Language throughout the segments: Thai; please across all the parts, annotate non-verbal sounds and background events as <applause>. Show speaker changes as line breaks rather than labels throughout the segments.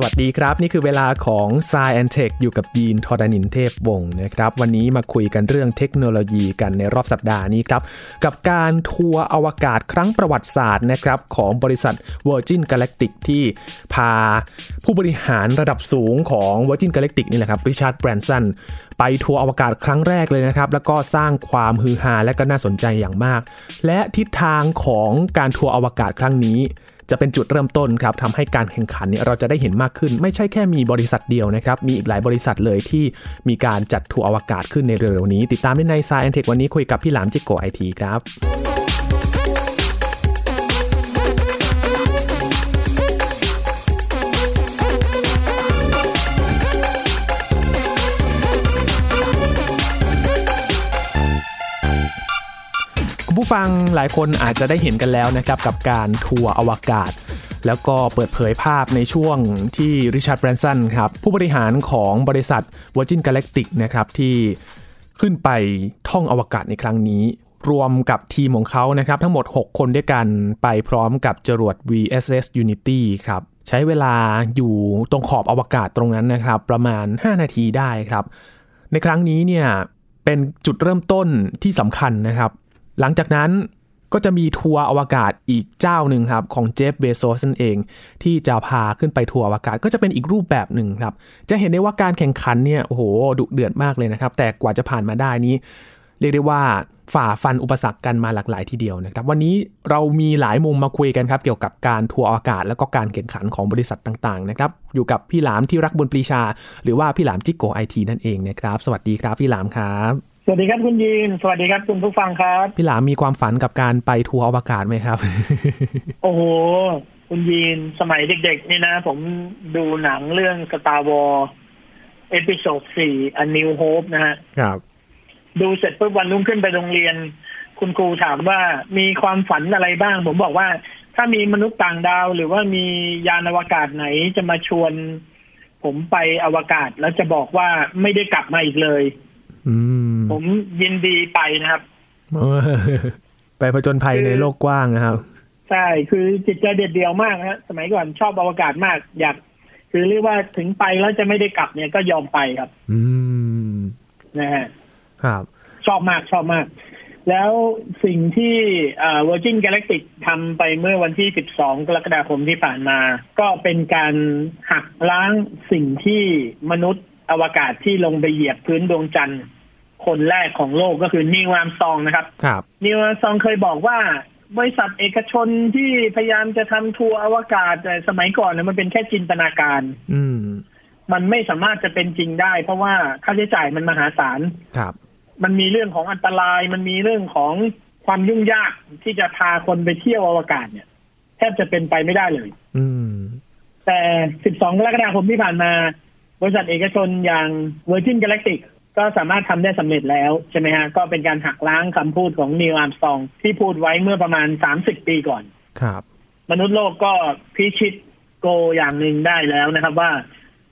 สวัสดีครับ นี่คือเวลาของ s ซแอนเทคอยู่กับยีนทอดานินเทพวงศ์นะครับ วันนี้มาคุยกันเรื่องเทคโนโลยีกันในรอบสัปดาห์นี้ครับ กับการทัวร์อวกาศครั้งประวัติศาสตร์นะครับของบริษัท Virgin Galactic ที่พาผู้บริหารระดับสูงของ Virgin Galactic นี่แหละครับริชาร์ดแบรนสันไปทัวร์อวกาศครั้งแรกเลยนะครับ แล้วก็สร้างความฮือฮาและก็น่าสนใจอย่างมาก และทิศทางของการทัวร์อวกาศครั้งนี้ จะเป็นจุดเริ่มต้นครับทำให้การแข่งขันเนี่ยเราจะได้เห็นมากขึ้น ไม่ใช่แค่มีบริษัทเดียวนะครับ มีอีกหลายบริษัทเลยที่มีการจัดทัวร์อวกาศขึ้นในเร็วๆนี้ ติดตามได้ใน s ายแอนเทควันนี้คุยกับพี่หลามจิโกไอทีครับ คุณผู้ฟังหลายคนอาจจะได้เห็นกันแล้วนะครับ กับการทัวร์อวกาศ แล้วก็เปิดเผยภาพในช่วงที่ริชาร์ดแบรนสันครับผู้บริหารของบริษัท Virgin Galactic นะครับที่ขึ้นไปท่องอวกาศในครั้งนี้ รวมกับทีมของเขานะครับ ทั้งหมด 6 คนด้วยกันไปพร้อมกับจรวด VSS Unity ครับ ใช้เวลาอยู่ตรงขอบอวกาศตรงนั้นนะครับ ประมาณ 5 นาทีได้ครับ ในครั้งนี้เนี่ยเป็นจุดเริ่มต้นที่สำคัญนะครับ หลังจากนั้นก็จะมีทัวร์อวกาศอีกเจ้าหนึ่งครับ ของเจฟเบโซสนั่นเอง ที่จะพาขึ้นไปทัวร์อวกาศก็จะเป็นอีกรูปแบบหนึ่งครับ จะเห็นได้ว่าการแข่งขันเนี่ยโอ้โหดุเดือดมากเลยนะครับ แต่กว่าจะผ่านมาได้นี้ เรียกได้ว่าฝ่าฟันอุปสรรคกันมาหลากหลายทีเดียวนะครับ วันนี้เรามีหลายมุมมาคุยกันครับ เกี่ยวกับการทัวร์อวกาศแล้วก็การแข่งขันของบริษัทต่างๆนะครับอยู่กับพี่หลามที่รักบุญปรีชา หรือว่าพี่หลามจิกโกไอทีนั่นเองนะครับสวัสดีครับพี่หลามครับ
สวัสดีครับคุณยีน สวัสดีครับคุณผู้ฟังครับ
พี่หลามมีความฝันกับการไปทัวร์อวกาศไหมครับ
โอ้โห คุณยีน สมัยเด็กๆนี่นะ ผมดูหนังเรื่อง Star Wars เอพิโซด4 A New Hope นะฮะ
<laughs> ครับ
ดูเสร็จปุ๊บวันรุ่งขึ้นไปโรงเรียน คุณครูถามว่ามีความฝันอะไรบ้าง ผมบอกว่า ถ้ามีมนุษย์ต่างดาว หรือว่ามียานอวกาศไหนจะมาชวน ผมไปอวกาศแล้วจะบอกว่าไม่ได้กลับมาอีกเลย
อืม
ผมยินดีไปนะครับ
เออ <laughs> ไปผจญภัยในโลกกว้างนะครับ
ใช่ คือจิตใจเด็ดเดียวมากนะฮะ สมัยก่อนชอบอวกาศมาก อยาก คือเรียกว่าถึงไปแล้วจะไม่ได้กลับเนี่ยก็ยอมไปครับ
อืม
นะฮะ
ครับ
ชอบมากชอบมาก แล้วสิ่งที่เอ่อ Virgin Galactic ทำไปเมื่อวันที่ 12 กรกฎาคมที่ผ่านมา ก็เป็นการหักล้างสิ่งที่มนุษย์อวกาศที่ลงไปเหยียบพื้นดวงจันทร์ คนแรกของโลกก็คือนิวอามซองนะครับ
ครับ
นิวซองเคยบอกว่า บริษัทเอกชนที่พยายามจะทำทัวร์อวกาศแต่สมัยก่อนเนี่ยมันเป็นแค่จินตนาการ
อืม
มันไม่สามารถจะเป็นจริงได้ เพราะว่าค่าใช้จ่ายมันมหาศาล
ครับ
มันมีเรื่องของอันตราย มันมีเรื่องของความยุ่งยากที่จะพาคนไปเที่ยวอวกาศเนี่ยแทบจะเป็นไปไม่ได้เลย
อืม
แต่ 12 กรกฎาคมที่ผ่านมา บริษัทเอกชนอย่าง Virgin Galactic ก็สามารถทำได้สำเร็จแล้วใช่ไหมฮะ ก็เป็นการหักล้างคำพูดของนิวอาร์มสตองที่พูดไว้เมื่อประมาณ 30 ปีก่อน
ครับ
มนุษย์โลกก็พิชิตโกอย่างหนึ่งได้แล้วนะครับว่า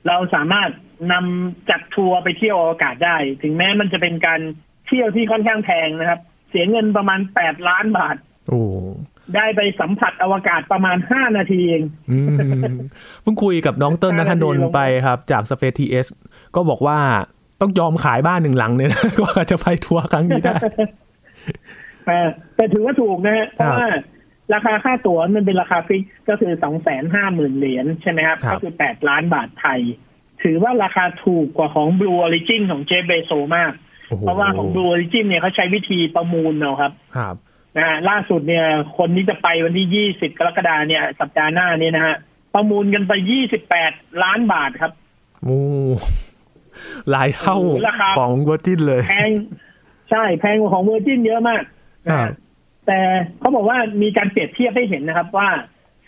เราสามารถนำจัดทัวร์ไปเที่ยวอวกาศได้ ถึงแม้มันจะเป็นการเที่ยวที่ค่อนข้างแพงนะครับ เสียเงินประมาณ 8 ล้านบาท
โอ้
ได้ไปสัมผัสอวกาศประมาณ 5 นาทีเอง
อืมเพิ่งคุยกับน้องเติ้ลนัทนนท์ไปครับ จาก Space TS ก็บอกว่าต้องยอมขายบ้านหนึ่งหลังเนี่ยนะ <laughs> กว่าจะไปทัวร์ครั้งนี้ได้
เออแต่ถือว่าถูกนะฮะเพ
ครับ
ราะว่าราคาค่าตั๋วมันเป็นราคาฟิกก็คือสองแสนห้าหมื่นเหรียญใช่ไหมครับ
ครับ
ก็คือแปดล้านบาทไทย ถือว่าราคาถูกกว่าของ Blue Origin ของเจฟเบโซมาก
โโห
เพราะว่าของ Blue Origin เนี่ยเขาใช้วิธีประมูลเอาครับ
ครับ
นะฮะล่าสุดเนี่ย คนที่จะไปวันที่ยี่สิบกรกฎาเนี่ย สัปดาห์หน้าเนี่ยนะฮะประมูลกันไปยี่สิบแปดล้านบาทครับ
โอ้หลายเท่า
โอ้โหราคา
ของเวอร์จินเลย
แพง ใช่แพงกว่าของเวอร์จินเยอะมากนะ
ครับ
ฮะแต่เขาบอกว่ามีการเปรียบเทียบให้เห็นนะครับว่า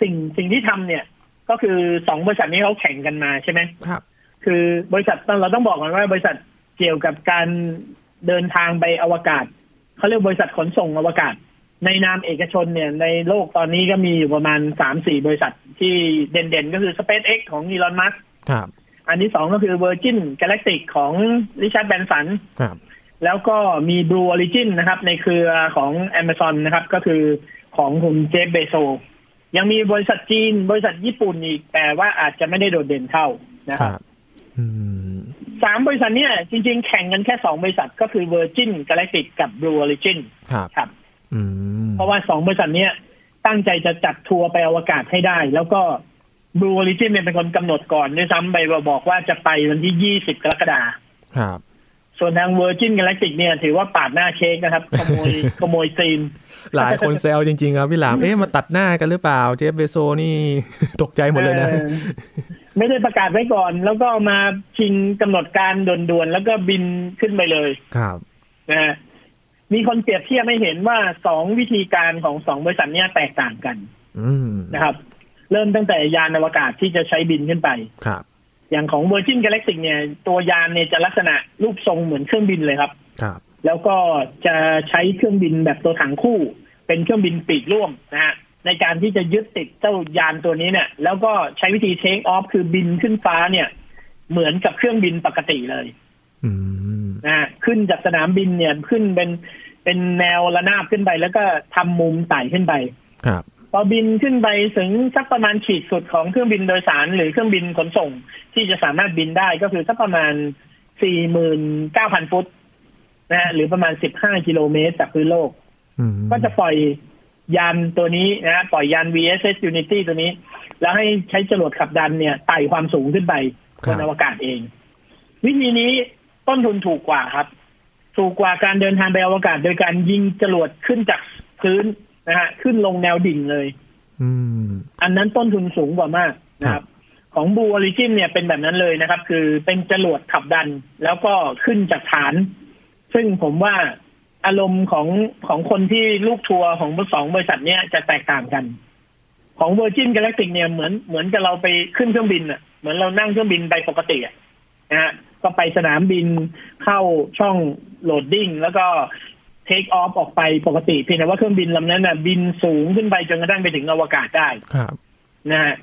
สิ่งสิ่งที่ทำเนี่ย ก็คือสองบริษัทนี้เขาแข่งกันมาใช่ไหม
ครับ
คือบริษัทเราต้องบอกก่อนว่าบริษัทเกี่ยวกับการเดินทางไปอวกาศเขาเรียกบริษัทขนส่งอวกาศ ในนามเอกชนเนี่ย ในโลกตอนนี้ก็มีอยู่ประมาณสามสี่บริษัทที่เด่นๆ ก็คือ SpaceX ของ Elon Musk
ครับ
อันที่สองก็คือ Virgin Galactic ของ Richard Branson
ครับ
แล้วก็มี Blue Origin นะครับ ในเครือของ Amazon นะครับ ก็คือของคุณเจฟเบโซ ยังมีบริษัทจีน บริษัทญี่ปุ่นอีก แต่ว่าอาจจะไม่ได้โดดเด่นเท่า
ค
นะค
รั
รั
บบ อืม
สามบริษัทเนี่ยจริง ๆ แข่งกันแค่สองบริษัทก็คือ Virgin Galactic กับ Blue Origin
ครับ
ครับ
อืม
เพราะว่าสองบริษัทเนี้ยตั้งใจจะจัดทัวร์ไปอวกาศให้ได้ แล้วก็ Blue Origin เนี่ยเป็นคนกำหนดก่อนด้วยซ้ำไปบอกว่าจะไปวันที่ 20 กรกฎาคม
ครับ
ส่วนทาง Virgin Galactic เนี่ยถือว่าปาดหน้าเค้กนะครับ ขโมย <laughs> ขโมยซีน
หลายคนแซวจริงๆครับพี่หลามเอ๊ะมาตัดหน้ากันหรือเปล่าเจฟเบโซนี่ <laughs> ตกใจหมดเลยนะ
ออไม่ได้ประกาศไว้ก่อน แล้วก็มาชิงกำหนดการด่วนๆ แล้วก็บินขึ้นไปเลย
ครับ
นะฮะมีคนเปรียบเทียบไม่เห็นว่าสองวิธีการของสองบริษัทเนี่ยแตกต่างกัน
อืม
นะครับ เริ่มตั้งแต่ยานอวกาศที่จะใช้บินขึ้นไป
ครับ
อย่างของ Virgin Galactic เนี่ย ตัวยานเนี่ยจะลักษณะรูปทรงเหมือนเครื่องบินเลยครับ
ครับ
แล้วก็จะใช้เครื่องบินแบบตัวถังคู่ เป็นเครื่องบินปีกร่วมนะฮะในการที่จะยึดติดเจ้ายานตัวนี้เนี่ย แล้วก็ใช้วิธีเทคออฟคือบินขึ้นฟ้าเนี่ย เหมือนกับเครื่องบินปกติเลย
อืม
นะฮะขึ้นจากสนามบินเนี่ยขึ้นเป็นเป็นแนวระนาบขึ้นไป แล้วก็ทำมุมไต่ขึ้นไป
ครับ
พอบินขึ้นไปถึงสักประมาณขีดสุดของเครื่องบินโดยสาร หรือเครื่องบินขนส่งที่จะสามารถบินได้ก็คือสักประมาณ 49,000 ฟุตนะฮะหรือประมาณ 15 กิโลเมตรจากพื้นโลก
อืม
ก็จะปล่อยยานตัวนี้นะฮะปล่อยยาน VSS Unity ตัวนี้ แล้วให้ใช้จรวดขับดันเนี่ยไต่ความสูงขึ้นไป
ค
บ
รั
นอบ วกาศเอง วิธีนี้ต้นทุนถูกกว่าครับ ถูกกว่าการเดินทางไปอวกาศ โดยการยิงจรวดขึ้นจากพื้นนะฮะขึ้นลงแนวดิ่งเลย
อืม
อันนั้นต้นทุนสูงกว่ามากนะค
ครั
รับ บ ของบูออริจินเนี่ยเป็นแบบนั้นเลยนะครับ คือเป็นจรวดขับดันแล้วก็ขึ้นจากฐาน ซึ่งผมว่าอารมณ์ของของคนที่ลูกทัวร์ของสองบริษัทเนี่ยจะแตกต่างกัน ของ Virgin Galactic เนี่ยเหมือนเหมือนกับเราไปขึ้นเครื่องบินอ่ะเหมือนเรานั่งเครื่องบินไปปกติอะนะฮะก็ไปสนามบินเข้าช่องโหลดดิ้งแล้วก็เทคออฟออกไปปกติเพียงแต่ว่าเครื่องบินลำนั้นน่ะบินสูงขึ้นไปจนกระทั่งไปถึงอวกาศได้
ครับ
นะฮะ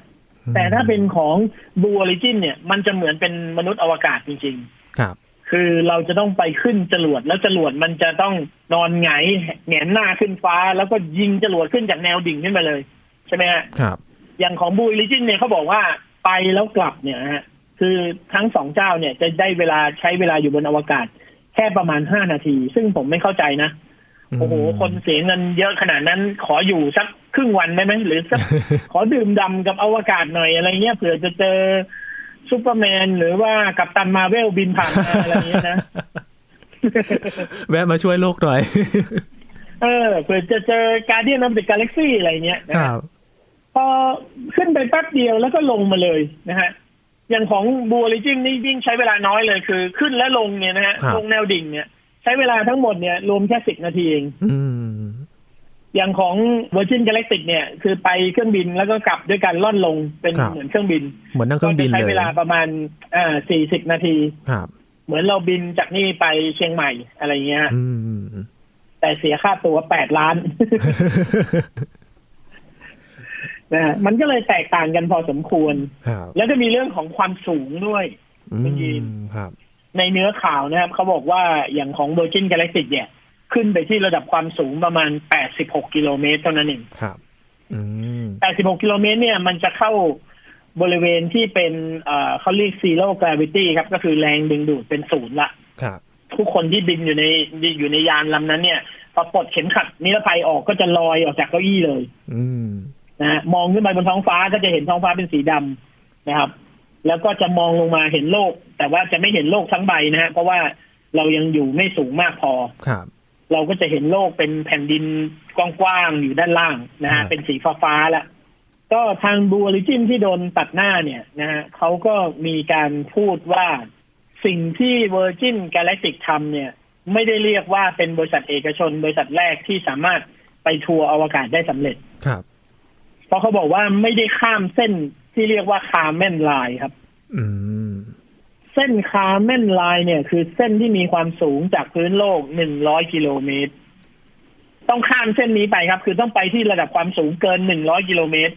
อืม
แต่ถ้าเป็นของบูออริจินเนี่ย มันจะเหมือนเป็นมนุษย์อวกาศจริง
ครับ
ๆ คือเราจะต้องไปขึ้นจรวดแล้วจรวดมันจะต้องนอนหงายแหงนหน้าขึ้นฟ้า แล้วก็ยิงจรวดขึ้นจากแนวดิ่งขึ้นไปเลยใช่ไหมฮะ
ครับ
อย่างของบูออริจินเนี่ยเขาบอกว่าไปแล้วกลับเนี่ยนะฮะคือทั้งสองเจ้าเนี่ยจะได้เวลาใช้เวลาอยู่บนอวกาศ แค่ประมาณห้านาที ซึ่งผมไม่เข้าใจนะโอ้โหคนเสียเงินเยอะขนาดนั้นขออยู่สักครึ่งวันได้ไหมหรือสัก ขอดื่มดำกับอวกาศหน่อยอะไรเงี้ยเผื่อจะเจอซูเปอร์แมนหรือว่ากัปตันมาร์เวลบินผ่านมาอะไรเงี้ยนะ
<laughs> แวะมาช่วยโลกหน่อย
เออเผื่อจะเจอการเดียนนัมเดกาแล็กซี่อะไรเงี้ยนะ
ค
ฮะ
รับ
พอขึ้นไปแป๊บเดียวแล้วก็ลงมาเลยนะฮะ อย่างของบัวลิจิ้งนี่ยิ่งใช้เวลาน้อยเลยคือ ขึ้นและลงเนี่ยนะฮะ
ครับ
ลงแนวดิ่งเนี่ย ใช้เวลาทั้งหมดเนี่ยรวมแค่สิบนาทีเอง
อืม
อย่างของ Virgin Galactic เนี่ย คือไปเครื่องบินแล้วก็กลับด้วยการล่อนลงเป็นเหมือนเครื่องบิน
เหมือนนั่งเครื่องบิน
ก็จะใช้
เล
เวย ลาประมาณอ่าสี่สิบนาที
ครับ
เหมือนเราบินจากนี่ไปเชียงใหม่อะไรเงี้ย
อืม
แต่เสียค่าตัวแปดล้าน <laughs> นะฮะมันก็เลยแตกต่างกันพอสมควร
ครับ
แล้วก็มีเรื่องของความสูงด้วย
อื
คุณยีน
มครับ
ในเนื้อข่าวนะครับ เขาบอกว่าอย่างของ Virgin Galactic เนี่ย ขึ้นไปที่ระดับความสูงประมาณ 86 กิโลเมตรเท่านั้นเอง
ครับ อืม
86 กิโลเมตรเนี่ย มันจะเข้าบริเวณที่เป็นเอ่อเขาเรียก zero gravity ครับ ก็คือแรงดึงดูดเป็นศูนย์ละ
ครับ
ทุกคนที่บินอยู่ในอยู่ในยานลำนั้นเนี่ยพอปลดเข็มขัดนิรภัยออกก็จะลอยออกจากเก้าอี้เลย
อืม
นะฮะมองขึ้นไปบนท้องฟ้าก็จะเห็นท้องฟ้าเป็นสีดำนะครับ แล้วก็จะมองลงมาเห็นโลก แต่ว่าจะไม่เห็นโลกทั้งใบนะฮะเพราะว่าเรายังอยู่ไม่สูงมากพอ
ครับ
เราก็จะเห็นโลกเป็นแผ่นดินกว้างๆอยู่ด้านล่างนะ
ครั
ฮะ
บ
เป็นสีฟ้าๆละก็ทางบูออริจินที่โดนตัดหน้าเนี่ยนะฮะเขาก็มีการพูดว่าสิ่งที่ Virgin Galactic ทำเนี่ย ไม่ได้เรียกว่าเป็นบริษัทเอกชน บริษัทแรกที่สามารถไปทัวร์อวกาศได้สำเร็จ
ครับ
เพราะเขาบอกว่าไม่ได้ข้ามเส้นที่เรียกว่าคาร์เมนไลน์ครับ
อืม
เส้นคาร์เมนไลน์เนี่ย คือเส้นที่มีความสูงจากพื้นโลก 100 กิโลเมตร ต้องข้ามเส้นนี้ไปครับ คือต้องไปที่ระดับความสูงเกิน 100 กิโลเมตร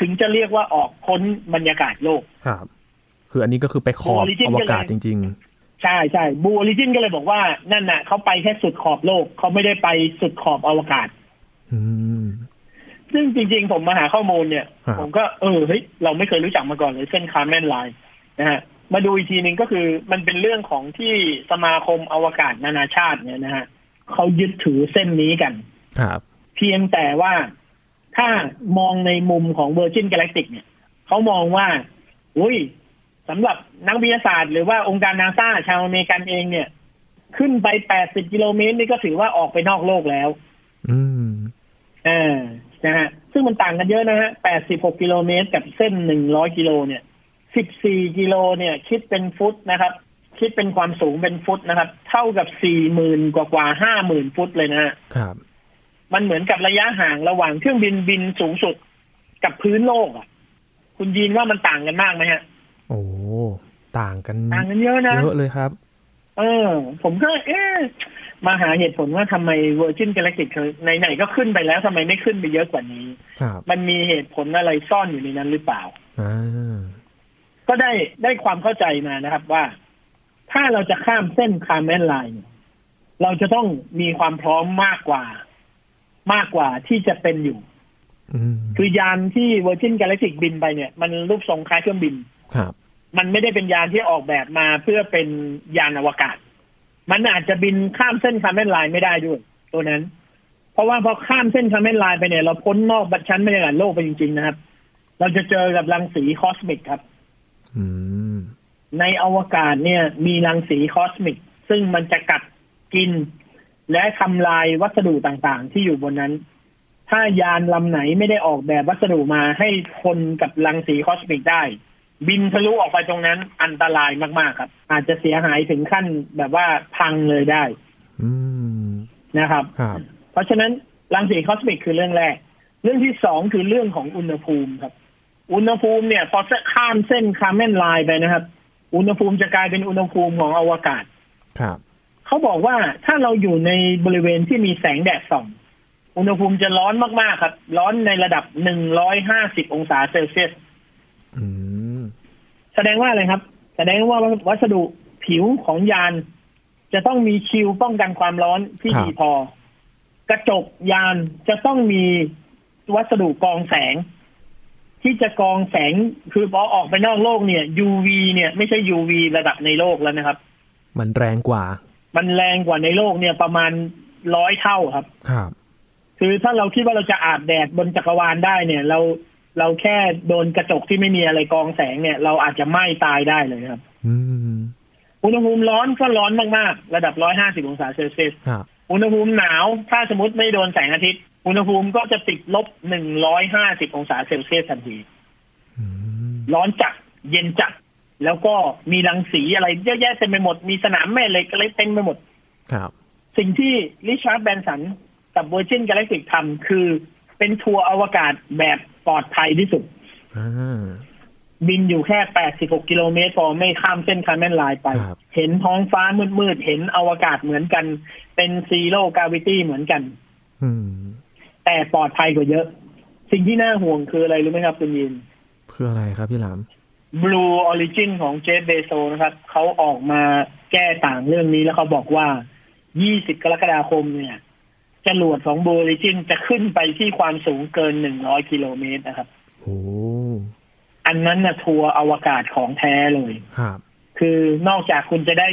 ถึงจะเรียกว่าออกพ้นบรรยากาศโลก
ครับ คืออันนี้ก็คือไปขอบ
Origin
อวกาศ
ก็
จ
เลย
ริง
ใช่ใช่บูออริจินก็เลยบอกว่า นั่นน่ะเขาไปแค่สุดขอบโลก เขาไม่ได้ไปสุดขอบอวกาศ
ๆ อืม
ซึ่งจริงๆ ผมมาหาข้อมูลเนี่ย
ฮะ
ผมก็เออเฮ้ยเราไม่เคยรู้จักมาก่อนเลยเส้นคาร์แมนไลน์นะฮะมาดูอีกทีหนึ่งก็คือมันเป็นเรื่องของที่สมาคมอวกาศนานาชาติเนี่ยนะฮะเขายึดถือเส้นนี้กัน
ครับ
เพียงแต่ว่าถ้ามองในมุมของ Virgin Galactic เนี่ยเขามองว่า อุ้ยสำหรับนักวิทยาศาสตร์หรือว่าองค์การนาซาชาวอเมริกันเองเนี่ย ขึ้นไป 80 กิโลเมตรนี่ก็ถือว่าออกไปนอกโลกแล้ว
อืม
อ่านะฮะ ซึ่งมันต่างกันเยอะนะฮะ 86 กิโลเมตรกับเส้น 100 กิโลเนี่ย 14 กิโลเนี่ย คิดเป็นฟุตนะครับ คิดเป็นความสูงเป็นฟุตนะครับ เท่ากับ 40,000 กว่ากว่า 50,000 ฟุตเลยนะฮะ
ครับ
มันเหมือนกับระยะห่างระหว่างเครื่องบินบินสูงสุดกับพื้นโลกอ่ะ คุณยีนว่ามันต่างกันมากไหมฮะ
โอ้ ต่างกัน
ต่างกันเยอะนะ
เยอะเลยครับ
เออ ผมก็เอ๊ะมาหาเหตุผลว่าทำไม Virgin Galactic เคยไหนๆก็ขึ้นไปแล้วทำไมไม่ขึ้นไปเยอะกว่านี้
ครับ
มันมีเหตุผลอะไรซ่อนอยู่ในนั้นหรือเปล่า
อ่า
ก็ได้ได้ความเข้าใจมานะครับว่า ถ้าเราจะข้ามเส้นคาร์แมนไลน์เนี่ยเราจะต้องมีความพร้อมมากกว่า มากกว่าที่จะเป็นอยู่
อืม
คือยานที่ Virgin Galactic บินไปเนี่ย มันรูปทรงคล้ายเครื่องบิน
ครับ
มันไม่ได้เป็นยานที่ออกแบบมาเพื่อเป็นยานอวกาศ มันอาจจะบินข้ามเส้นคาร์เมนไลน์ไม่ได้ด้วย ตัวนั้น เพราะว่าพอข้ามเส้นคาร์เมนไลน์ไปเนี่ยเราพ้นนอกบัตชั้นบรรยากาศโลกไปจริง ๆ นะครับ เราจะเจอกับรังสีคอสมิกครับ
อืม
ในอวกาศเนี่ยมีรังสีคอสมิก ซึ่งมันจะกัดกิน และทำลายวัสดุต่างๆ ที่อยู่บนนั้น ถ้ายานลำไหนไม่ได้ออกแบบวัสดุมาให้ทนกับรังสีคอสมิกได้ บินทะลุออกไปตรงนั้นอันตรายมากๆครับ อาจจะเสียหายถึงขั้นแบบว่าพังเลยได้
อืม
นะครับ
ครับ
เพราะฉะนั้นรังสีคอสมิกคือเรื่องแรก เรื่องที่สองคือเรื่องของอุณหภูมิครับ อุณหภูมิเนี่ยพอข้ามเส้นคาร์เมนไลน์ไปนะครับ อุณหภูมิจะกลายเป็นอุณหภูมิของอวกาศ
ครับ
เขาบอกว่าถ้าเราอยู่ในบริเวณที่มีแสงแดดส่อง อุณหภูมิจะร้อนมากๆครับ ร้อนในระดับ 150 องศาเซลเซียส
อืม
แสดงว่าอะไรครับ แสดงว่าวัสดุผิวของยาน จะต้องมีชิลป้องกันความร้อนที่
ครับ
ดีพอ กระจกยานจะต้องมีวัสดุกรองแสง ที่จะกรองแสงคือพอออกไปนอกโลกเนี่ย UV เนี่ยไม่ใช่ UV ระดับในโลกแล้วนะครับ
มันแรงกว่า
มันแรงกว่าในโลกเนี่ยประมาณร้อยเท่าครับ
ครับ
คือถ้าเราคิดว่าเราจะอาบแดดบนจักรวาลได้เนี่ย เราเราแค่โดนกระจกที่ไม่มีอะไรกรองแสงเนี่ย เราอาจจะไหม้ตายได้เลยครับ
อืม
อุณหภูมิร้อนก็ร้อนมาก ๆ ระดับ 150 องศาเซลเซียส
ครับ
อุณหภูมิหนาว ถ้าสมมติไม่โดนแสงอาทิตย์ อุณหภูมิก็จะติดลบ 150 องศาเซลเซียสทันที
อืม
ร้อนจัด เย็นจัด แล้วก็มีรังสีอะไรเยอะแยะเต็มไปหมด มีสนามแม่เหล็กอะไรเต็มไปหมด
ครับ
สิ่งที่ริชาร์ดแบรนสันกับ Virgin Galactic ทำคือเป็นทัวร์อวกาศแบบปลอดภัยที่สุด
อ่า
บินอยู่แค่ 86 กิโลเมตรพอไม่ข้ามเส้นคาร์เมนไลน์ไป
ครับ
เห็นท้องฟ้ามืดๆ เห็นอวกาศเหมือนกัน เป็นซีโร่กาวิตี้เหมือนกัน
อืม
แต่ปลอดภัยกว่าเยอะ สิ่งที่น่าห่วงคืออะไรรู้ไหมครับคุณยิน
เพื่ออะไรครับพี่หลาม
Blue Origin ของเจฟเบโซนะครับเขาออกมาแก้ต่างเรื่องนี้แล้วเขาบอกว่า 20 กรกฎาคมเนี่ยจรวดของ Blue Origin จะขึ้นไปที่ความสูงเกิน 100 กิโลเมตรนะครับ
โอ้
อันนั้นนะทัวร์อวกาศของแท้เลย
ครับ
คือนอกจากคุณจะได้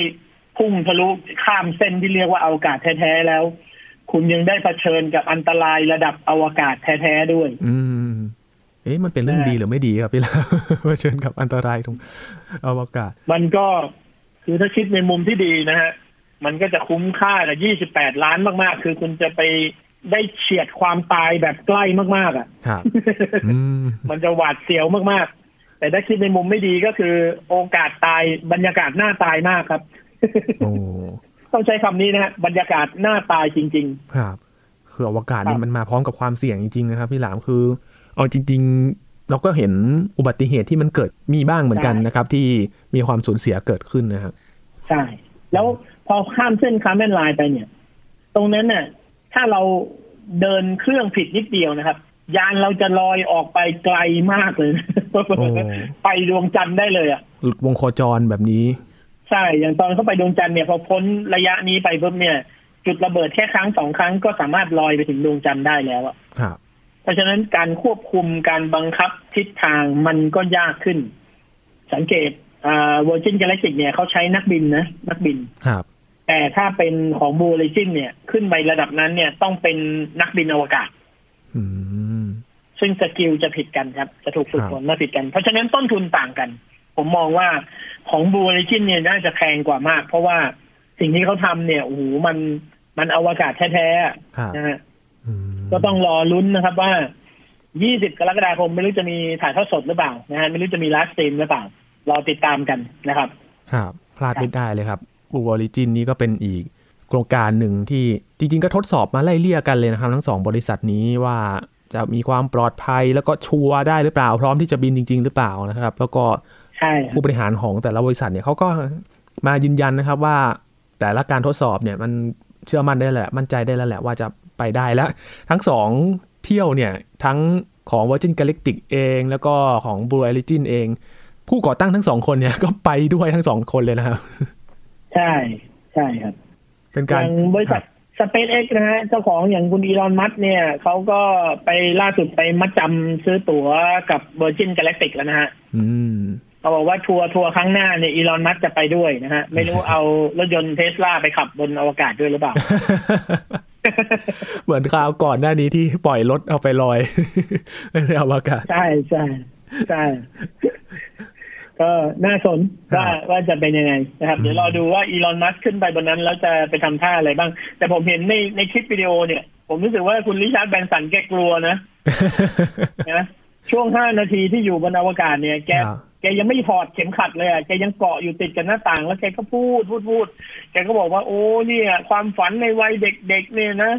พุ่งทะลุข้ามเส้นที่เรียกว่าอวกาศแท้ๆแล้ว คุณยังได้เผชิญกับอันตรายระดับอวกาศแท้ๆด้วย
อืม เอ๊ะมันเป็นเรื่อง
นะ
ดีหรือไม่ดีครับพี่หลาม <laughs> เผชิญกับอันตรายตรงอวกาศ
มันก็คือถ้าคิดในมุมที่ดีนะฮะ มันก็จะคุ้มค่ากับ 28 ล้านมากๆ คือคุณจะไปได้เฉียดความตายแบบใกล้มากๆอ่ะ
ครับ อืม
มันจะหวาดเสียวมากๆ แต่ถ้าคิดในมุมไม่ดีก็คือโอกาสตายบรรยากาศหน้าตายมากครับ
โอ้
ต้องใช้คำนี้นะฮะบรรยากาศหน้าตายจริง ๆ
ครับ คืออวกาศ
ครั
นี่
บ
มันมาพร้อมกับความเสี่ยงจริงๆนะครับพี่หลามคือเอาจริง ๆ เราก็เห็นอุบัติเหตุที่มันเกิดมีบ้างเหมือนกันนะครับ ที่มีความสูญเสียเกิดขึ้นนะครับ
ใช่ แล้วพอข้ามเส้นคาร์เมนไลน์ไปเนี่ย ตรงนั้นน่ะ ถ้าเราเดินเครื่องผิดนิดเดียวนะครับ ยานเราจะลอยออกไปไกลมากเลย ไปดวงจันทร์ได้เลยอ่ะ
หลุดวงโคจรแบบนี้
ใช่ อย่างตอนเข้าไปดวงจันทร์เนี่ย พอพ้นระยะนี้ไปปุ๊บเนี่ย จุดระเบิดแค่ครั้งสองครั้งก็สามารถลอยไปถึงดวงจันทร์ได้แล้วอะ
ครับ
เพราะฉะนั้นการควบคุมการบังคับทิศทางมันก็ยากขึ้น สังเกตเวอร์จินกาแล็กติกเนี่ยเขาใช้นักบินนะนักบิน
ครับ
แต่ถ้าเป็นของบูริจินเนี่ยขึ้นไประดับนั้นเนี่ยต้องเป็นนักบินอวกาศ
อืม
ซึ่งสกิลจะผิดกันครับ จะถูกฝึกฝนมาผิดกัน เพราะฉะนั้นต้นทุนต่างกัน ผมมองว่าของบูริจินเนี่ยน่าจะแพงกว่ามาก เพราะว่าสิ่งที่เขาทำเนี่ยโอ้โหมันมันอวกาศแท้
ครับ
ๆนะฮะ
อืม
ก็ต้องรอลุ้นนะครับว่า 20 กรกฎาคมไม่รู้จะมีถ่ายทอดสดหรือเปล่านะฮะไม่รู้จะมีไลฟ์สตรีมหรือเปล่า รอติดตามกันนะครับ
ครับ พลาดไม่ได้เลยครับบูวอริจินนี่ก็เป็นอีกโครงการหนึ่งที่จริง ๆ ก็ทดสอบมาไล่เลี่ยกันเลยนะครับ ทั้งสองบริษัทนี้ว่าจะมีความปลอดภัยแล้วก็ชัวร์ได้หรือเปล่า พร้อมที่จะบินจริง ๆ หรือเปล่านะครับ แล้วก็
ใช่
ผู้บริหารของแต่ละบริษัทเนี่ยเขาก็มายืนยันนะครับว่าแต่ละการทดสอบเนี่ยมันเชื่อมั่นได้แหละ มั่นใจได้แล้วแหละว่าจะไปได้แล้ว ทั้งสองเที่ยวเนี่ยทั้งของ Virgin Galactic เอง แล้วก็ของ Blue Origin เอง ผู้ก่อตั้งทั้งสองคนเนี่ย ก็ไปด้วยทั้งสองคนเลยนะครับ
ใช่ใช่ครับ
เป็น
อ
การ
ย่างบริษัทสเปซเอ็กนะฮะเจ้าของอย่างคุณอีลอนมัสเนี่ยเขาก็ไปล่าสุดไปมัดจำซื้อตั๋วกับเวอร์จินกาแล็กติกแล้วนะฮะ
อืม <laughs>
เขาบอกว่าทัวร์ทัวร์ครั้งหน้าเนี่ยอีลอนมัสจะไปด้วยนะฮะไม่รู้เอารถยนต์เทสลาไปขับบนอวกาศด้วยหรือเปล่า
เหมือนคราวก่อนหน้านี้ที่ปล่อยรถเอาไปลอย <laughs> ในอวกาศ <laughs>
ใช่ใช่ใช่ ก็น่าสนว่า
ครับ
ว่าจะเป็นยังไงนะครับ เดี๋ยวรอดูว่าอีลอนมัสขึ้นไปบนนั้นแล้วจะไปทำท่าอะไรบ้าง แต่ผมเห็นในในคลิปวิดีโอเนี่ย ผมรู้สึกว่าคุณลิชาร์ดแบรนสันแกกลัวนะนะช่วงห้านาทีที่อยู่บนอวกาศเนี่ยแก
ครับ
แกยังไม่ถอดเข็มขัดเลยอะแกยังเกาะอยู่ติดกับหน้าต่าง แล้วแกก็พูดพูดพูด แกก็บอกว่าโอ้เนี่ย ความฝันในวัยเด็กๆเนี่ยนะ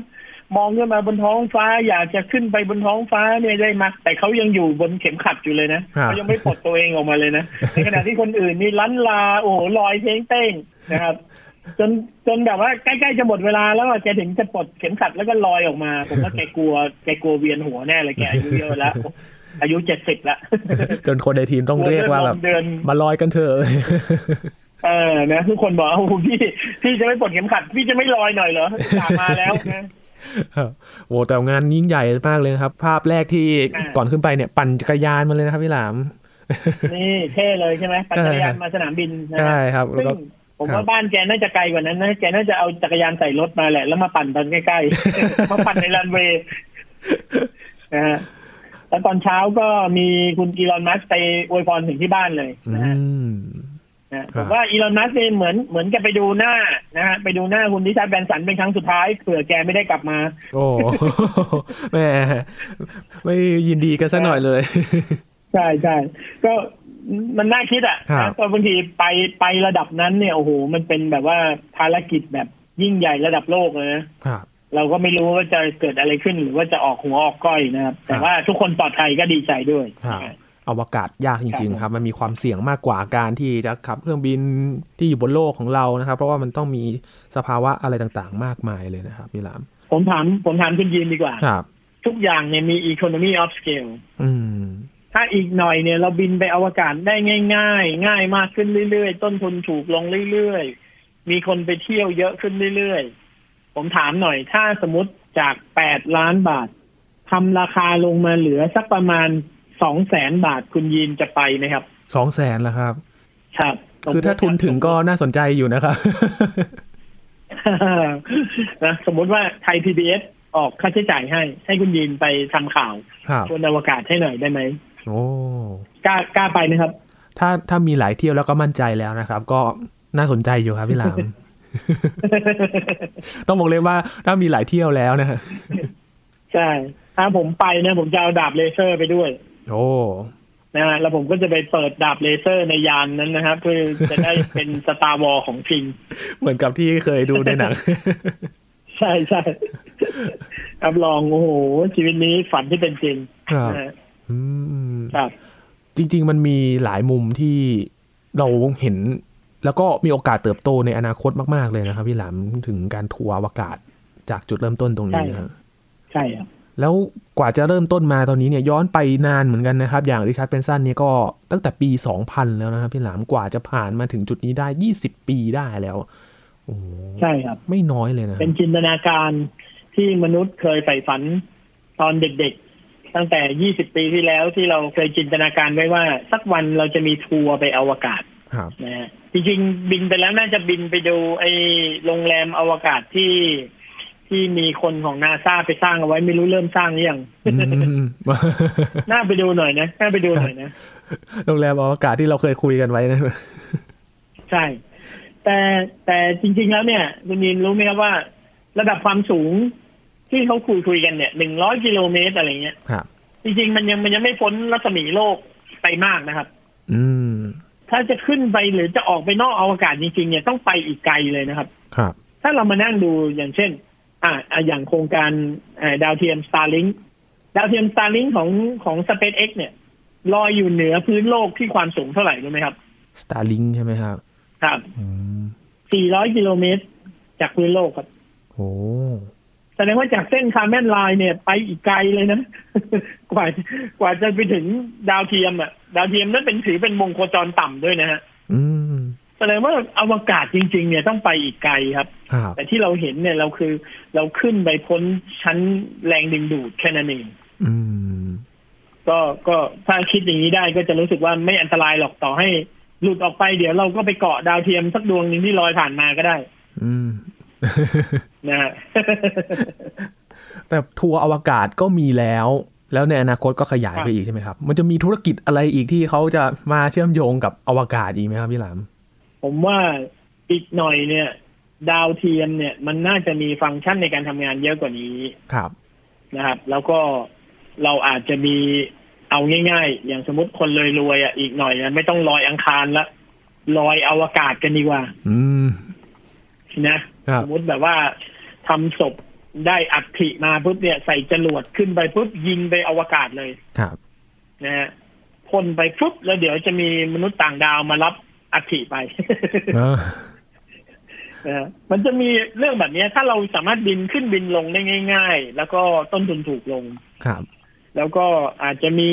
มองขึ้นมาบนท้องฟ้า อยากจะขึ้นไปบนท้องฟ้าเนี่ยได้มาแต่เขายังอยู่บนเข็มขัดอยู่เลยนะครับ เขายังไม่ปลดตัวเองออกมาเลยนะในขณะที่คนอื่นนี่ลั้นลาโอ้โหลอยเท้งเต้งนะครับ จนจนแบบว่าใกล้ๆจะหมดเวลาแล้วอะแกถึงจะปลดเข็มขัดแล้วก็ลอยออกมา ผมว่าแกกลัวแกกลัวเวียนหัวแน่เลยแกอายุเยอะแล้วอายุเจ็ดสิบละ
จนคนในทีมต้องเรียกว่าแบบ
เดิน
มาลอยกันเถอะ <laughs>
เออนะทุกคนบอกว่าโอ้โหพี่พี่จะไม่ปลดเข็มขัด พี่จะไม่ลอยหน่อยเหรอตามมาแล้วนะ
ครับโอ้แต่งานยิ่งใหญ่มากเลยนะครับ ภาพแรกที่
อ่า
ก่อนขึ้นไปเนี่ย ปั่นจักรยานมาเลยนะครับพี่หลาม
นี่เท่เลยใช่ไหมปั่นจักรยานมาสนามบินนะฮะ
ใช่ครับแล้ว
ซึ่ง
ก็
ผม
ครั
ว่า
บ
บ้านแกน่าจะไกลกว่านั้นนะแกน่าจะเอาจักรยานใส่รถมาแหละ แล้วมาปั่นตอนใกล้ๆ <laughs> มาปั่นในรันเวย์นะฮะแล้วตอนเช้าก็มีคุณอีลอนมัสไปอวยพรถึงที่บ้านเลย
อื
นะฮะ
ม
นะ
ค
ผ
รับ
มว่าอีลอนมัสเนี่ยเหมือนเหมือนจะไปดูหน้านะฮะไปดูหน้าคุณดิชาร์ดแบรนสันเป็นครั้งสุดท้ายเผื่อแกไม่ได้กลับมา
โอ้ <laughs> แม่ไม่ยินดีกันสักหน่อยเลย <laughs>
ใช่ใช่ก็มันน่าคิดอ่ะ
ครับ
ก็บางทีไปไประดับนั้นเนี่ยโอ้โหมันเป็นแบบว่าภารกิจแบบยิ่งใหญ่ระดับโลกเลยนะครับ เราก็ไม่รู้ว่าจะเกิดอะไรขึ้นหรือว่าจะออกหัวออกก้อยนะครับ แต่ว่าทุกคนปลอดภัยก็ดีใจด้วย
ครับ อวกาศยากจริง ๆ ครับ มันมีความเสี่ยงมากกว่าการที่จะขับเครื่องบินที่อยู่บนโลกของเรานะครับ เพราะว่ามันต้องมีสภาวะอะไรต่างๆ มากมายเลยนะครับพี่หลาม
ผมถามผมถามคุณยีนดีกว่า
ครับ
ทุกอย่างเนี่ยมี economy of scale
อืม
ถ้าอีกหน่อยเนี่ยเราบินไปอวกาศได้ง่าย ๆ ง่ายมากขึ้นเรื่อยๆ ต้นทุนถูกลงเรื่อยๆ มีคนไปเที่ยวเยอะขึ้นเรื่อยๆ ผมถามหน่อย ถ้าสมมติจากแปดล้านบาททำราคาลงมาเหลือสักประมาณสองแสนบาทคุณยีนจะไปไหมครับ
สองแสนแล้วครับ
ครับ
คือถ้าทุนถึงก็น่าสนใจอยู่นะครับ
<laughs> นะสมมติว่าไทย PBS ออกค่าใช้จ่ายให้ ให้คุณยีนไปทำข่าว
ครับ
บนอวกาศให้หน่อยได้ไหม
โอ้
กล้ากล้าไปไหมครับ <laughs>
ถ้าถ้ามีหลายเที่ยวแล้วก็มั่นใจแล้วนะครับ ก็น่าสนใจอยู่ครับพี่หลาม <laughs> ต้องบอกเลยว่าถ้ามีหลายเที่ยวแล้วนะฮะ
ใช่ ถ้าผมไปเนี่ยผมจะเอาดาบเลเซอร์ไปด้วย
โอ้
นะฮะแล้วผมก็จะไปเปิดดาบเลเซอร์ในยานนั้นนะครับเพื่อจะได้เป็น <laughs> สตาร์วอลของจริง
เหมือนกับที่เคยดูในหนั <laughs> ง
<laughs> ใช่ใช่ <laughs> รับรองโอ้โห ชีวิตนี้ฝันที่เป็นจริง
ครับ
นะฮะ
อืม
ครับ
จริง ๆ มันมีหลายมุมที่เราเห็น แล้วก็มีโอกาสเติบโตในอนาคตมาก ๆ เลยนะครับ พี่หลามถึงการทัวร์อวกาศจากจุดเริ่มต้นตรงนี้นะ
ใช่ครั
ฮะ
บ ใช่ครับ
แล้วกว่าจะเริ่มต้นมาตอนนี้เนี่ยย้อนไปนานเหมือนกันนะครับ อย่างริชาร์ดเบนสันเนี่ยก็ตั้งแต่ปี 2000 แล้วนะครับพี่หลามกว่าจะผ่านมาถึงจุดนี้ได้ 20 ปีได้แล้ว โอ้โห
ใช่ครับ
ไม่น้อยเลยนะ
เป็นจินตนาการที่มนุษย์เคยใฝ่ฝันตอนเด็ก ๆ ตั้งแต่ 20 ปีที่แล้วที่เราเคยจินตนาการไว้ว่า สักวันเราจะมีทัวร์ไปอวกาศ
ครับ
นะฮะจริงๆ บินไปแล้วน่าจะบินไปดูไอ้โรงแรมอวกาศที่ที่มีคนของนาซาไปสร้างเอาไว้ไม่รู้เริ่มสร้างหรือยัง
อืม <laughs>
น่าไปดูหน่อยนะน่าไปดูหน่อยนะ
โรงแรมอวกาศที่เราเคยคุยกันไว้นะ
ใช่ แต่แต่จริง ๆ แล้วเนี่ยคุณยินรู้ไหมครับว่า ระดับความสูงที่เขาคุยคุยกันเนี่ยหนึ่งร้อยกิโลเมตรอะไรเงี้ย
ครับ
จริง ๆ มันยังมันยังไม่พ้นรัศมีโลกไปมากนะครับ
อืม
ถ้าจะขึ้นไปหรือจะออกไปนอกอวกาศจริง ๆ เนี่ยต้องไปอีกไกลเลยนะครับ
ครับ
ถ้าเรามานั่งดูอย่างเช่น อ่าอ่ะอย่างโครงการอ่าดาวเทียม Starlink ดาวเทียม Starlink ของของ SpaceX เนี่ยลอยอยู่เหนือพื้นโลกที่ความสูงเท่าไหร่รู้ไหมครับ
Starlink ใช่ไหมครับ
ครับ
อืม
400กิโลเมตรจากพื้นโลกครับ
โอ้
แสดงว่าจากเส้นคาร์แมนไลน์เนี่ยไปอีกไกลเลยนะ <laughs> กว่ากว่าจะไปถึงดาวเทียมอ่ะ ดาวเทียมนั้นเป็นถือเป็นวงโคจรต่ำด้วยนะฮะ
อืม
แสดงว่าอวกาศจริง ๆ เนี่ยต้องไปอีกไกลครับ
ครับ
แต่ที่เราเห็นเนี่ยเราคือเราขึ้นไปพ้นชั้นแรงดึงดูดแค่นั้นเอง
อืม
ก็ก็ถ้าคิดอย่างนี้ได้ก็จะรู้สึกว่าไม่อันตรายหรอกต่อให้ หลุดออกไปเดี๋ยวเราก็ไปเกาะดาวเทียมสักดวงหนึ่งที่ลอยผ่านมาก็ได้
อืม
นะฮะ <laughs>
แต่ทัวร์อวกาศก็มีแล้ว แล้วในอนาคตก็ขยายไปอีกใช่ไหมครับ มันจะมีธุรกิจอะไรอีกที่เขาจะมาเชื่อมโยงกับอวกาศอีกไหมครับพี่หลาม
ผมว่าอีกหน่อยเนี่ย ดาวเทียมเนี่ยมันน่าจะมีฟังก์ชันในการทำงานเยอะกว่านี้
ครับ
นะครับ แล้วก็เราอาจจะมีเอาง่าย ๆ อย่างสมมติคนรวยๆอ่ะอีกหน่อยนะไม่ต้องลอยอังคารละลอยอวกาศกันดีกว่า
อืม
นะครับ สมมติแบบว่าทำศพได้อัฐิมาปุ๊บเนี่ยใส่จรวดขึ้นไปปุ๊บยิงไปอวกาศเลย
ครับ
นะฮะพ่นไปปุ๊บแล้วเดี๋ยวจะมีมนุษย์ต่างดาวมารับอัฐิไป <laughs>
เออ
นะฮะมันจะมีเรื่องแบบเนี้ยถ้าเราสามารถบินขึ้นบินลงได้ง่าย ๆ แล้วก็ต้นทุนถูกลง
ครับ
แล้วก็อาจจะมี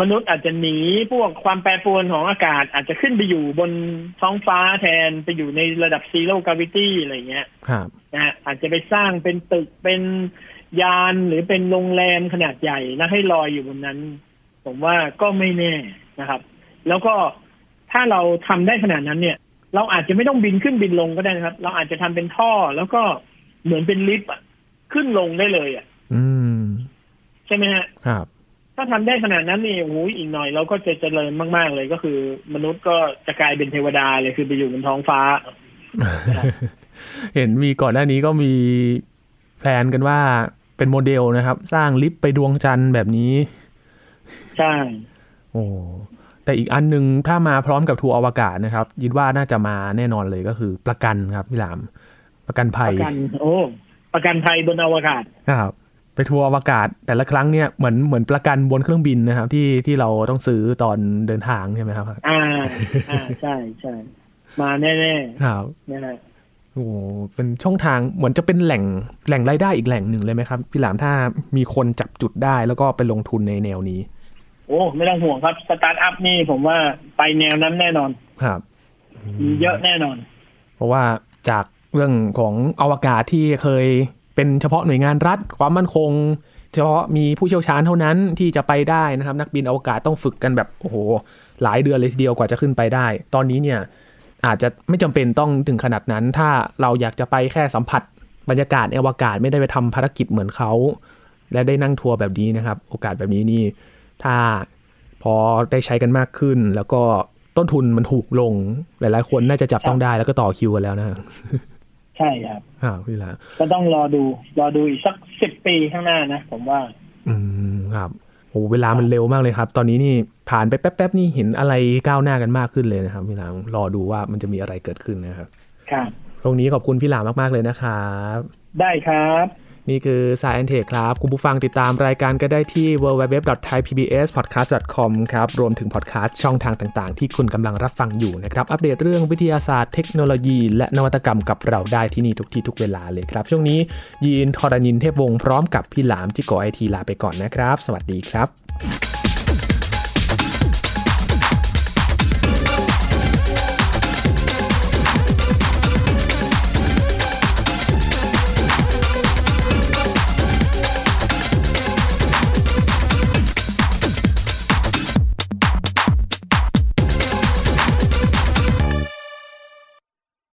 มนุษย์อาจจะหนีพวกความแปรปรวนของอากาศ อาจจะขึ้นไปอยู่บนท้องฟ้าแทนไปอยู่ในระดับซีโร่กาวิตี้อะไรเงี้ย
ครับ
นะฮะอาจจะไปสร้างเป็นตึกเป็นยานหรือเป็นโรงแรมขนาดใหญ่แล้วให้ลอยอยู่บนนั้น ผมว่าก็ไม่แน่นะครับ แล้วก็ถ้าเราทำได้ขนาดนั้นเนี่ย เราอาจจะไม่ต้องบินขึ้นบินลงก็ได้นะครับ เราอาจจะทำเป็นท่อแล้วก็เหมือนเป็นลิฟต์อะขึ้นลงได้เลยอ่ะ
อืม
ใช่ไหมฮะ
ครับ
ถ้าทำได้ขนาดนั้นนี่โอ้โหอีกหน่อย เราก็จะเจริญมาก ๆ เลยก็คือ มนุษย์ก็จะกลายเป็นเทวดาเลยคือไปอยู่บนท้องฟ้า
เห็นมีก่อนหน้านี้ก็มีแพลนกันว่าเป็นโมเดลนะครับ สร้างลิฟต์ไปดวงจันทร์แบบนี้
ใช่
โอ้แต่อีกอันหนึ่งถ้ามาพร้อมกับทัวร์อวกาศนะครับยิดว่าน่าจะมาแน่นอนเลยก็คือประกันครับพี่หลาม ประกัน
ป
ภัย
ระกัน โอ้ประกันภัยบนอวกาศ
นะครับไปทัวร์อวกาศ แต่ละครั้งเนี่ยเหมือนเหมือนประกันบนเครื่องบินนะครับ ที่ที่เราต้องซื้อตอนเดินทางใช่ไหมครับ
อ่า อ่าใช่ใช่มาแน่
ครับ
ๆนะฮะ
โอ้เป็นช่องทางเหมือนจะเป็นแหล่งแหล่งรายได้อีกแหล่งหนึ่งเลยไหมครับพี่หลามถ้ามีคนจับจุดได้แล้วก็ไปลงทุนในแนวนี้
โอ้ไม่ต้องห่วงครับสตาร์ทอัพนี่ผมว่าไปแนวนั้นแน่นอน
ครับ
มีเยอะแน่นอน
เพราะว่าจากเรื่องของอวกาศที่เคยเป็นเฉพาะหน่วยงานรัฐ ความมั่นคง เฉพาะมีผู้เชี่ยวชาญเท่านั้นที่จะไปได้นะครับ นักบินอวกาศต้องฝึกกันแบบโอ้โหหลายเดือนเลยทีเดียวกว่าจะขึ้นไปได้ ตอนนี้เนี่ยอาจจะไม่จำเป็นต้องถึงขนาดนั้น ถ้าเราอยากจะไปแค่สัมผัสบรรยากาศในอวกาศไม่ได้ไปทำภารกิจเหมือนเขา และได้นั่งทัวร์แบบนี้นะครับ โอกาสแบบนี้นี่ถ้า พอได้ใช้กันมากขึ้น แล้วก็ต้นทุนมันถูกลง หลายๆ คนน่าจะจับต้องได้แล้วก็ต่อคิวกันแล้วนะ
ใช่ครับ
อ่าวพี่ละ
ก็ต้องรอดู รอดูอีกสักสิบปีข้างหน้านะผมว่า
อืมครับโอ้เวลามันเร็วมากเลยครับ ตอนนี้นี่ผ่านไปแป๊บๆนี่เห็นอะไรก้าวหน้ากันมากขึ้นเลยนะครับพี่หลามรอดูว่ามันจะมีอะไรเกิดขึ้นนะครับ
ครับ
ตรงนี้ขอบคุณพี่หลามมากๆเลยนะครับ
ได้ครับ
นี่คือ Science Tech ครับ คุณผู้ฟังติดตามรายการก็ได้ที่ www.thaipbspodcast.com ครับรวมถึงพอดแคสต์ช่องทางต่างๆ ที่คุณกำลังรับฟังอยู่นะครับ อัปเดตเรื่องวิทยาศาสตร์เทคโนโลยี และนวัตกรรมกับเราได้ที่นี่ทุกที่ทุกเวลาเลยครับ ช่วงนี้ยีนทอรานินเทพวงศ์พร้อมกับพี่หลามจิโกไอทีลาไปก่อนนะครับ สวัสดีครับ